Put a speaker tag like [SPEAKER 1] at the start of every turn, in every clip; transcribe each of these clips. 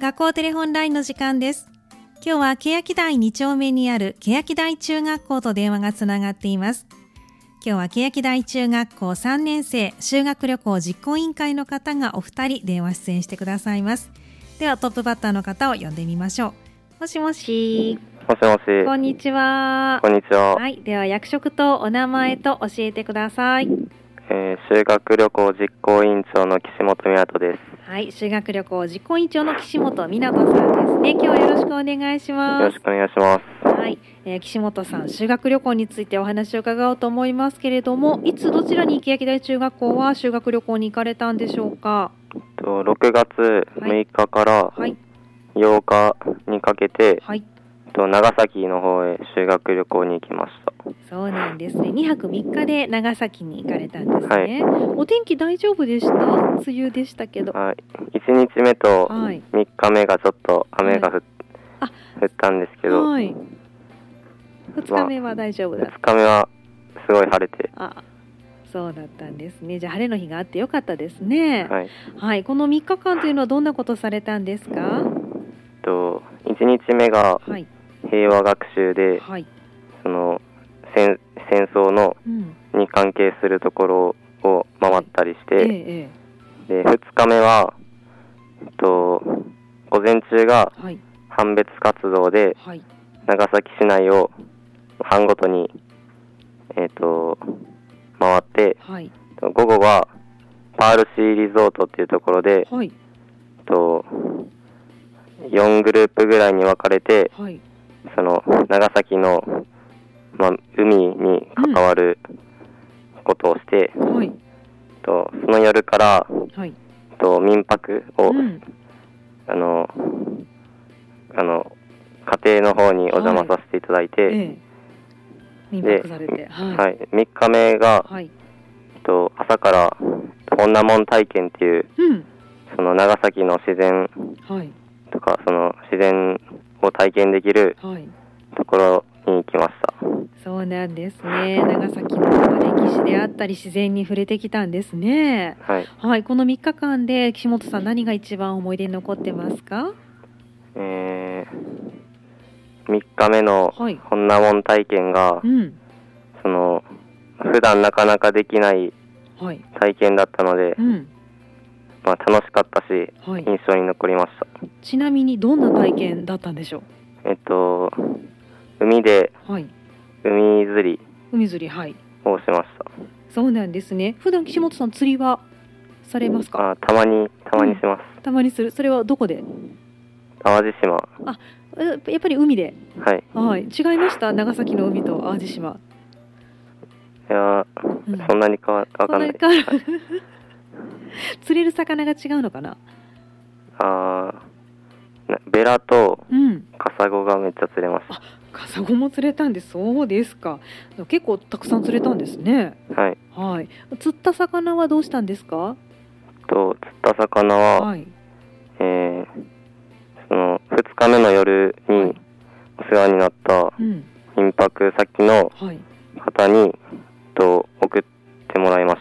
[SPEAKER 1] 学校テレホンラインの時間です今日は欅台2丁目にある欅台中学校と電話がつながっています今日は欅台中学校3年生修学旅行実行委員会の方がお二人電話出演してくださいますではトップバッターの方を呼んでみましょうもしもし
[SPEAKER 2] もしもし。
[SPEAKER 1] こんにちは
[SPEAKER 2] こんにちは。
[SPEAKER 1] はいでは役職とお名前と教えてください
[SPEAKER 2] えー修学旅行実行委員長の岸本美人です。
[SPEAKER 1] はい修学旅行実行委員長の岸本美奈子さんですね今日はよろしくお願いし
[SPEAKER 2] よ
[SPEAKER 1] ま
[SPEAKER 2] ろ
[SPEAKER 1] す
[SPEAKER 2] しくお願いします。
[SPEAKER 1] はい、えー岸本さん修学旅行についてお話を伺おうと思いますけれどもいつどちらに欅台中学校は修学旅行に行かれたんでしょうか
[SPEAKER 2] と6月6日から
[SPEAKER 1] はい
[SPEAKER 2] 8日にかけて、
[SPEAKER 1] はい
[SPEAKER 2] と長崎の方へ修学旅行に行きました。
[SPEAKER 1] そうなんですね2泊3日で長崎に行かれたんです
[SPEAKER 2] は
[SPEAKER 1] ね、お天気大丈夫でした梅雨でしたけど
[SPEAKER 2] はい。1日目と
[SPEAKER 1] はい
[SPEAKER 2] 3日目がちょっと雨が降っ
[SPEAKER 1] あ
[SPEAKER 2] 降ったんですけど、
[SPEAKER 1] はい2日目は大丈夫だっ
[SPEAKER 2] 2日目はすごい晴れて、
[SPEAKER 1] たあそうだったんですねじゃあ晴れの日があってよかったですね
[SPEAKER 2] はい。
[SPEAKER 1] はい、この3日間というのはどんなことされたんですか。
[SPEAKER 2] と1日目が
[SPEAKER 1] はい、
[SPEAKER 2] 平和学習で、
[SPEAKER 1] はい、
[SPEAKER 2] その戦戦争の
[SPEAKER 1] うん、
[SPEAKER 2] に関係するところを回ったりし
[SPEAKER 1] ええ
[SPEAKER 2] て、
[SPEAKER 1] え
[SPEAKER 2] で2日目は、えっと、午前中が
[SPEAKER 1] え、はい、
[SPEAKER 2] 判別活動で
[SPEAKER 1] はい、
[SPEAKER 2] 長崎市内を班ごとに、えっと回って
[SPEAKER 1] はい、
[SPEAKER 2] 午後はパールシーリゾートっていうところで、
[SPEAKER 1] はい、
[SPEAKER 2] えっと、4グループぐらいに分かれて
[SPEAKER 1] はい、
[SPEAKER 2] その長崎の、まあ、海に関わることをして、
[SPEAKER 1] はい、
[SPEAKER 2] とその夜から
[SPEAKER 1] はい、
[SPEAKER 2] と民泊を、
[SPEAKER 1] うん、
[SPEAKER 2] あのあの家庭の方にお邪魔させていただいて、
[SPEAKER 1] ええ。民泊されて、はい、
[SPEAKER 2] はい3日目が、
[SPEAKER 1] はい、
[SPEAKER 2] と朝から女門体験っていう
[SPEAKER 1] うん、
[SPEAKER 2] その長崎の自然
[SPEAKER 1] はい、
[SPEAKER 2] とかその自然を体験できる
[SPEAKER 1] はい。
[SPEAKER 2] ところに行きました
[SPEAKER 1] そうなんですね。長崎の歴史であったり、自然に触れてきたんですね。
[SPEAKER 2] はい、
[SPEAKER 1] はい、この3日間で岸本さん、何が一番思い出に残ってますか。
[SPEAKER 2] え3日目の
[SPEAKER 1] はい、
[SPEAKER 2] 女門体験が
[SPEAKER 1] うん、
[SPEAKER 2] その普段なかなかできない
[SPEAKER 1] はい、
[SPEAKER 2] 体験だったので
[SPEAKER 1] う、ん、
[SPEAKER 2] まあ、楽しかったし
[SPEAKER 1] はい。
[SPEAKER 2] 印象に残りました
[SPEAKER 1] ちなみに、どんな体験だったんでしょ
[SPEAKER 2] えっと海で
[SPEAKER 1] う。はい。
[SPEAKER 2] 海釣り
[SPEAKER 1] 海釣りはい
[SPEAKER 2] をしました
[SPEAKER 1] そうなんですね普段岸本さん釣りはされますか
[SPEAKER 2] あたまにたまにします、
[SPEAKER 1] たまにするそれはどこで
[SPEAKER 2] 淡路島
[SPEAKER 1] えやっぱり海で
[SPEAKER 2] はい
[SPEAKER 1] はい違いました長崎の海と淡路島、
[SPEAKER 2] いや
[SPEAKER 1] うん
[SPEAKER 2] ーそんなに変わわかんない
[SPEAKER 1] そんなに変わら 釣れる魚が違うのかな
[SPEAKER 2] あーなベラと
[SPEAKER 1] うん
[SPEAKER 2] カサゴがめっちゃ釣れまし
[SPEAKER 1] カサゴも釣れたんですそうですか結構たくさん釣れたんですね
[SPEAKER 2] たはい
[SPEAKER 1] はい釣った魚はどうしたんですか
[SPEAKER 2] と釣った魚は、
[SPEAKER 1] はい
[SPEAKER 2] えーその2日目の夜にお世話になった
[SPEAKER 1] うん
[SPEAKER 2] 民泊先の
[SPEAKER 1] はい
[SPEAKER 2] 方にと送ってもらいまし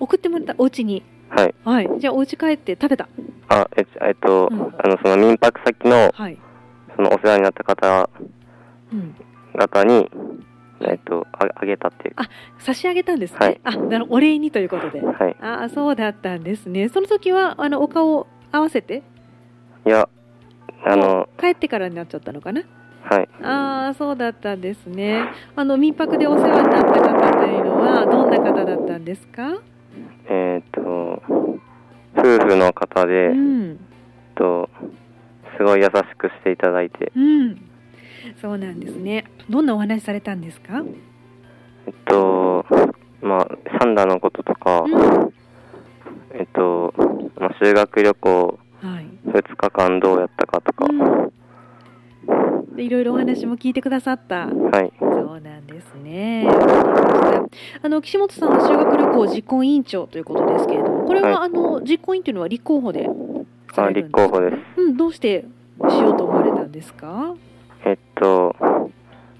[SPEAKER 1] 送ってもらったお家に
[SPEAKER 2] たはい
[SPEAKER 1] はいじゃあお家帰って食べた
[SPEAKER 2] あええっと、
[SPEAKER 1] うん
[SPEAKER 2] あのその民泊先の
[SPEAKER 1] はい
[SPEAKER 2] そのお世話になった方
[SPEAKER 1] うん
[SPEAKER 2] 方に、えっと、ああげたっていうか、
[SPEAKER 1] 差し上げたんですね。
[SPEAKER 2] はい
[SPEAKER 1] あ、なるお礼にということで。
[SPEAKER 2] はい、
[SPEAKER 1] あー、そうだったんですね。その時はあのお顔を合わせて
[SPEAKER 2] いや、あの、
[SPEAKER 1] 帰ってからになっちゃったのかな。
[SPEAKER 2] はい、
[SPEAKER 1] あー、そうだったんですね。あの民泊でお世話になった方というのはどんな方だったんですか。
[SPEAKER 2] えっと、夫婦の方で、
[SPEAKER 1] う
[SPEAKER 2] えっ
[SPEAKER 1] ん、
[SPEAKER 2] と、すごい優しくしていただいて、
[SPEAKER 1] うん。そうなんですね。どんなお話しされたんですか。
[SPEAKER 2] えっと、まあ、サンダのこととか
[SPEAKER 1] う、ん。
[SPEAKER 2] えっと、まあ、修学旅行
[SPEAKER 1] はい。
[SPEAKER 2] 2日間どうやったかとか、
[SPEAKER 1] うん。でいろいろお話も聞いてくださった。
[SPEAKER 2] はい、
[SPEAKER 1] そうなんですね。わかりましたあの岸本さんは修学旅行実行委員長ということですけれども、これは、
[SPEAKER 2] は
[SPEAKER 1] あの実行委員というのは立候補でさ
[SPEAKER 2] あ
[SPEAKER 1] れるんで
[SPEAKER 2] 立
[SPEAKER 1] す
[SPEAKER 2] 候
[SPEAKER 1] か。
[SPEAKER 2] 補です。
[SPEAKER 1] うん、どうしてしようと思われたんですか。
[SPEAKER 2] えっと、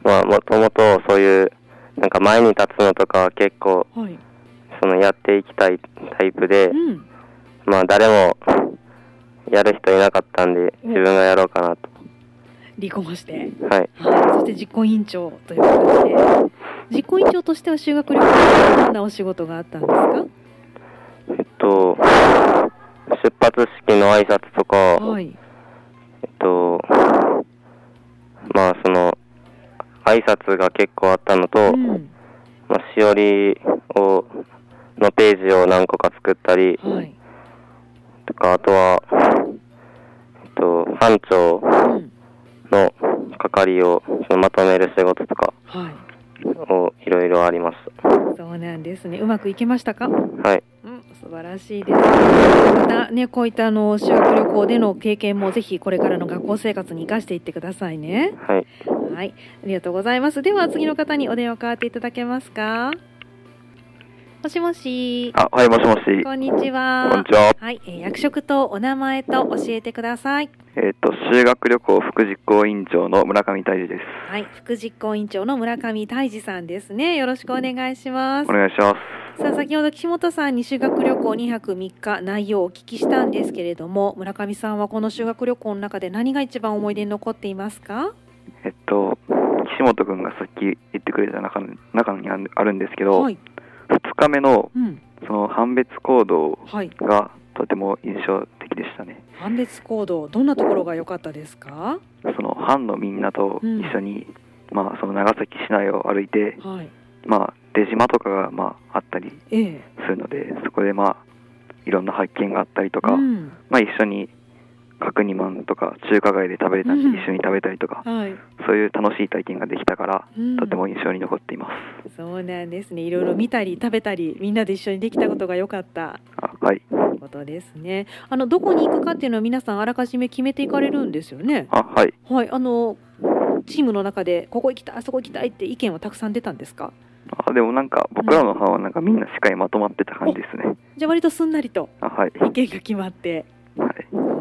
[SPEAKER 2] まあ、もともとそういう、なんか前に立つのとか結構、
[SPEAKER 1] はい。
[SPEAKER 2] そのやっていきたいタイプで、
[SPEAKER 1] うん。
[SPEAKER 2] まあ誰も
[SPEAKER 3] やる人いなかったんで、
[SPEAKER 1] うん
[SPEAKER 3] 自分がやろうかなと。
[SPEAKER 1] 離婚して、
[SPEAKER 3] はい。
[SPEAKER 1] はい、そして実行委員長という形で実行委員長としては修学旅行にどんなお仕事があったんですか
[SPEAKER 3] えっと、出発式の挨拶とか、
[SPEAKER 1] はい、
[SPEAKER 3] えっと、まあその、挨拶が結構あったのと、
[SPEAKER 1] うん
[SPEAKER 3] まあ、しおりを、のページを何個か作ったり、
[SPEAKER 1] はい
[SPEAKER 3] とか、あとは、えっと、班長
[SPEAKER 1] うん
[SPEAKER 3] の係をそのまとめる仕事とか
[SPEAKER 1] はい、
[SPEAKER 3] をいろいろありまし
[SPEAKER 1] そうなんですねうまくいきましたか
[SPEAKER 3] た。はい。
[SPEAKER 1] うん、素晴らしいです。またね、こういったあの修学旅行での経験もぜひこれからの学校生活に生かしていってくださいね。
[SPEAKER 3] はい。
[SPEAKER 1] はい、ありがとうございます。では次の方にお電話変わっていただけますか。もしもし。
[SPEAKER 2] あ、はい、もしもし。
[SPEAKER 1] こんにちは。
[SPEAKER 2] こんにちは。
[SPEAKER 1] はい、えー役職とお名前と教えてください。
[SPEAKER 2] えっ、と、修学旅行副実行委員長の村上泰治です。
[SPEAKER 1] はい、副実行委員長の村上泰治さんですね。よろしくお願いします
[SPEAKER 2] お。願いします。
[SPEAKER 1] さあ先ほど岸本さんに修学旅行2泊3日内容をお聞きしたんですけれども村上さんはこの修学旅行の中で何が一番思い出に残っていますか
[SPEAKER 2] えっと、岸本くんがさっき言ってくれた中の中にあるあるんですけど、
[SPEAKER 1] はい、
[SPEAKER 2] 2日目の
[SPEAKER 1] うん
[SPEAKER 2] その判別行動
[SPEAKER 1] はい、
[SPEAKER 2] がとても印象的でしたね。
[SPEAKER 1] 判別行動どんなところが良かったですか
[SPEAKER 2] その班のみんなと一緒に、まあ、その長崎市内を歩いて、
[SPEAKER 1] はい
[SPEAKER 2] まあ、出島とかが、まあ、あったり
[SPEAKER 1] ええ
[SPEAKER 2] するので、そこでまあ、いろんな発見があったりとか、
[SPEAKER 1] うん
[SPEAKER 2] まあ、一緒に角煮まんとか中華街で食べれたり
[SPEAKER 1] うん
[SPEAKER 2] 一緒に食べたりとか
[SPEAKER 1] はい
[SPEAKER 2] そういう楽しい体験ができたから
[SPEAKER 1] うん
[SPEAKER 2] とても印象に残っています
[SPEAKER 1] そうなんですねいろいろ見たり食べたりみんなで一緒にできたことが良かった
[SPEAKER 2] あはい
[SPEAKER 1] ということですねあのどこに行くかっていうのは皆さんあらかじめ決めていかれるんですよね
[SPEAKER 2] あはい
[SPEAKER 1] はい、あのチームの中でここ行きたいあそこ行きたいって意見はたくさん出たんですか
[SPEAKER 2] あでもなんか僕らの班はなんかみんなしっかりまとまってた感じですね
[SPEAKER 1] じゃあ割とすんなりと
[SPEAKER 2] あはい、
[SPEAKER 1] 意見が決まって
[SPEAKER 2] はい、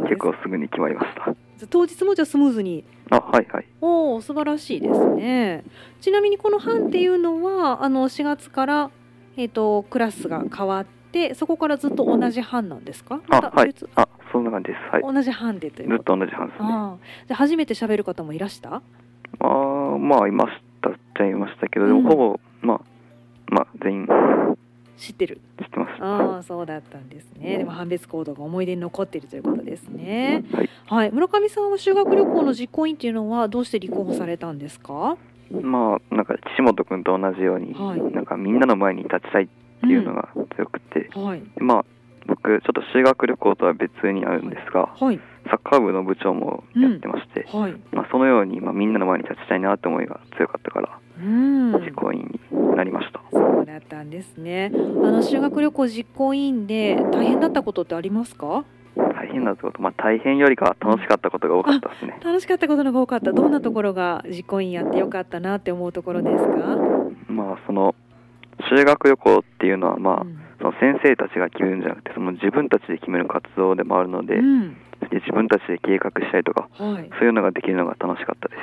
[SPEAKER 2] 結構すぐに決まりました
[SPEAKER 1] 当日もじゃあスムーズに
[SPEAKER 2] あはいはい
[SPEAKER 1] おお素晴らしいですねちなみにこの班っていうのはあの4月から、えー、とクラスが変わってそこからずっと同じ班なんですかま
[SPEAKER 2] あ
[SPEAKER 1] た
[SPEAKER 2] はい
[SPEAKER 1] 別
[SPEAKER 2] あそんな感じですはい
[SPEAKER 1] 同じ班でとい
[SPEAKER 2] ず
[SPEAKER 1] う
[SPEAKER 2] っ
[SPEAKER 1] こと
[SPEAKER 2] 同じ班です
[SPEAKER 1] と
[SPEAKER 2] ね
[SPEAKER 1] ああじゃあ初めて喋る方もいらした
[SPEAKER 2] あーまあいましたっちゃいましたけどで
[SPEAKER 1] うん
[SPEAKER 2] もほぼ、まあまあ全員知
[SPEAKER 1] 知ってる
[SPEAKER 2] ってます
[SPEAKER 1] ああそうだったんですねでも判別行動が思い出に残っているということですね
[SPEAKER 2] はい
[SPEAKER 1] はい、村上さんは修学旅行の実行委員っていうのはどうして立候補されたんですか？
[SPEAKER 2] まあなんか岸本君と同じように、
[SPEAKER 1] はい
[SPEAKER 2] なんかみんなの前に立ちたいっていうのが強くて、
[SPEAKER 1] うん、はい
[SPEAKER 2] まあ僕ちょっと修学旅行とは別になるんですが
[SPEAKER 1] はい
[SPEAKER 2] サッカー部の部長もやってまして、
[SPEAKER 1] はい。
[SPEAKER 2] まあ、そのように、まあ、みんなの前に立ちたいなって思いが強かったから
[SPEAKER 1] うん。
[SPEAKER 2] 実行委員になりました、
[SPEAKER 1] そうだったんですね。あの修学旅行実行委員で大変だったことってありますか？
[SPEAKER 2] 大変だってことまあ大変よりかは楽しかったことが多かったですね
[SPEAKER 1] 楽しかったことの方が多かった。どんなところが実行委員やってよかったなって思うところですか？
[SPEAKER 2] まあその修学旅行っていうのはまあ、
[SPEAKER 1] うん
[SPEAKER 2] その先生たちが決めるんじゃなくてその自分たちで決める活動でもあるので、
[SPEAKER 1] うん。
[SPEAKER 2] で自分たちで計画したりとか
[SPEAKER 1] はい。
[SPEAKER 2] そういうのができるのが楽しかったで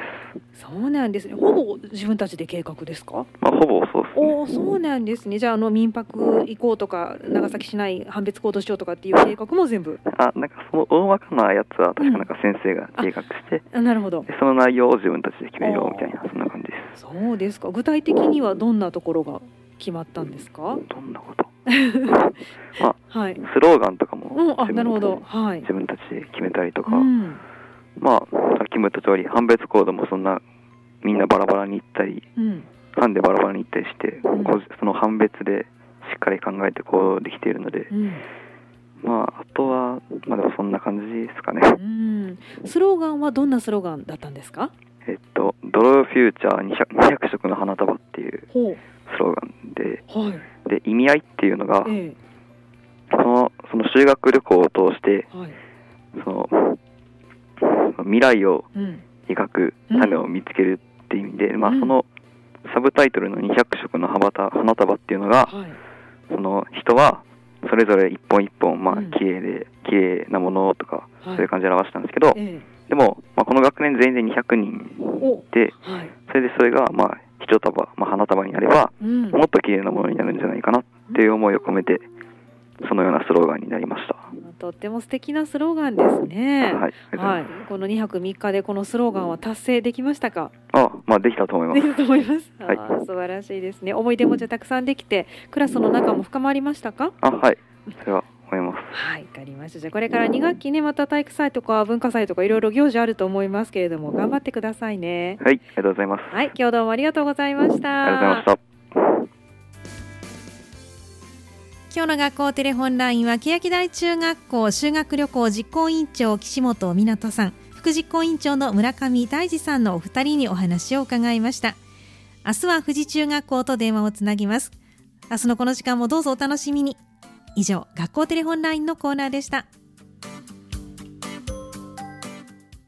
[SPEAKER 2] す。
[SPEAKER 1] そうなんですね。ほぼ自分たちで計画ですか？
[SPEAKER 2] まあ、ほぼそうですね。
[SPEAKER 1] おお、そうなんですね。じゃああの民泊行こうとか長崎市内判別行動しようとかっていう計画も全部。
[SPEAKER 2] あ、なんかその大まかなやつは確かなんか先生が計画して、
[SPEAKER 1] あなるほど。
[SPEAKER 2] でその内容を自分たちで決めようみたいなそんな感じで
[SPEAKER 1] そうですか。具体的にはどんなところが決まったんですか。
[SPEAKER 2] す。どんなこと？
[SPEAKER 1] はい。
[SPEAKER 2] スローガンとかも
[SPEAKER 1] うん、あ、
[SPEAKER 2] 自分たちで
[SPEAKER 1] なるほど。はい。
[SPEAKER 2] 自分たちで決めたりとか、
[SPEAKER 1] うん。
[SPEAKER 2] まあさっきも言った通り判別行動もそんなみんなバラバラに行ったり、
[SPEAKER 1] うん。
[SPEAKER 2] 班でバラバラに行ったりして、
[SPEAKER 1] うん
[SPEAKER 2] こうその判別でしっかり考えて行動できているので
[SPEAKER 1] う、ん。
[SPEAKER 2] まああとはまあでもそんな感じですかね。
[SPEAKER 1] うん。スローガンはどんなスローガンだったんですか。
[SPEAKER 2] えっと、ドローフューチャー 200, 200色の花束っていう
[SPEAKER 1] ほ
[SPEAKER 2] スローガンで、
[SPEAKER 1] う。はい。
[SPEAKER 2] で、意味合いっていうのが、
[SPEAKER 1] え
[SPEAKER 2] その、その修学旅行を通して、
[SPEAKER 1] え。はい。
[SPEAKER 2] その、未来を
[SPEAKER 1] うん。
[SPEAKER 2] 描く種を見つけるっていう意味で、まあ
[SPEAKER 1] うん
[SPEAKER 2] その、サブタイトルの200色の花束花束っていうのが、
[SPEAKER 1] はい。
[SPEAKER 2] その人は、それぞれ一本一本、まあ
[SPEAKER 1] うん
[SPEAKER 2] 綺麗で、綺麗なものとか、
[SPEAKER 1] は
[SPEAKER 2] そ
[SPEAKER 1] いう
[SPEAKER 2] いう感じで表したんですけど、
[SPEAKER 1] ええ。
[SPEAKER 2] でも、まあこの学年全員で200人
[SPEAKER 1] お。
[SPEAKER 2] で、
[SPEAKER 1] はい。
[SPEAKER 2] それでそれが、まあ一束、まあ花束になれば、
[SPEAKER 1] うん。
[SPEAKER 2] もっと綺麗なものになるんじゃないかなっていう思いを込めて、そのようなスローガンになりました。
[SPEAKER 1] なとっても素敵なスローガンですね。
[SPEAKER 2] はい、ありがとうござ
[SPEAKER 1] はいい
[SPEAKER 2] ます。、
[SPEAKER 1] この2泊3日でこのスローガンは達成できましたか。
[SPEAKER 2] あ、まあできたと思いま。
[SPEAKER 1] ですきたと思います。
[SPEAKER 2] はい
[SPEAKER 1] あー素晴らしいですね。思い出もじゃあたくさんできて、クラスの仲も深まりましたか。
[SPEAKER 2] あ、はい、それは思います。
[SPEAKER 1] はい、わかりました。じゃあこれから2学期ね、また体育祭とか文化祭とかいろいろ行事あると思いますけれども、頑張ってくださいね。
[SPEAKER 2] はい、ありがとうございます。
[SPEAKER 1] はい、今日どうもありがとうございました。
[SPEAKER 2] ありがとうございました。
[SPEAKER 4] 今日の学校テレホンラインは欅台中学校修学旅行実行委員長岸本美奈さん副実行委員長の村上大二さんのお二人にお話を伺いました明日は富士中学校と電話をつなぎます明日のこの時間もどうぞお楽しみに以上学校テレホンラインのコーナーでした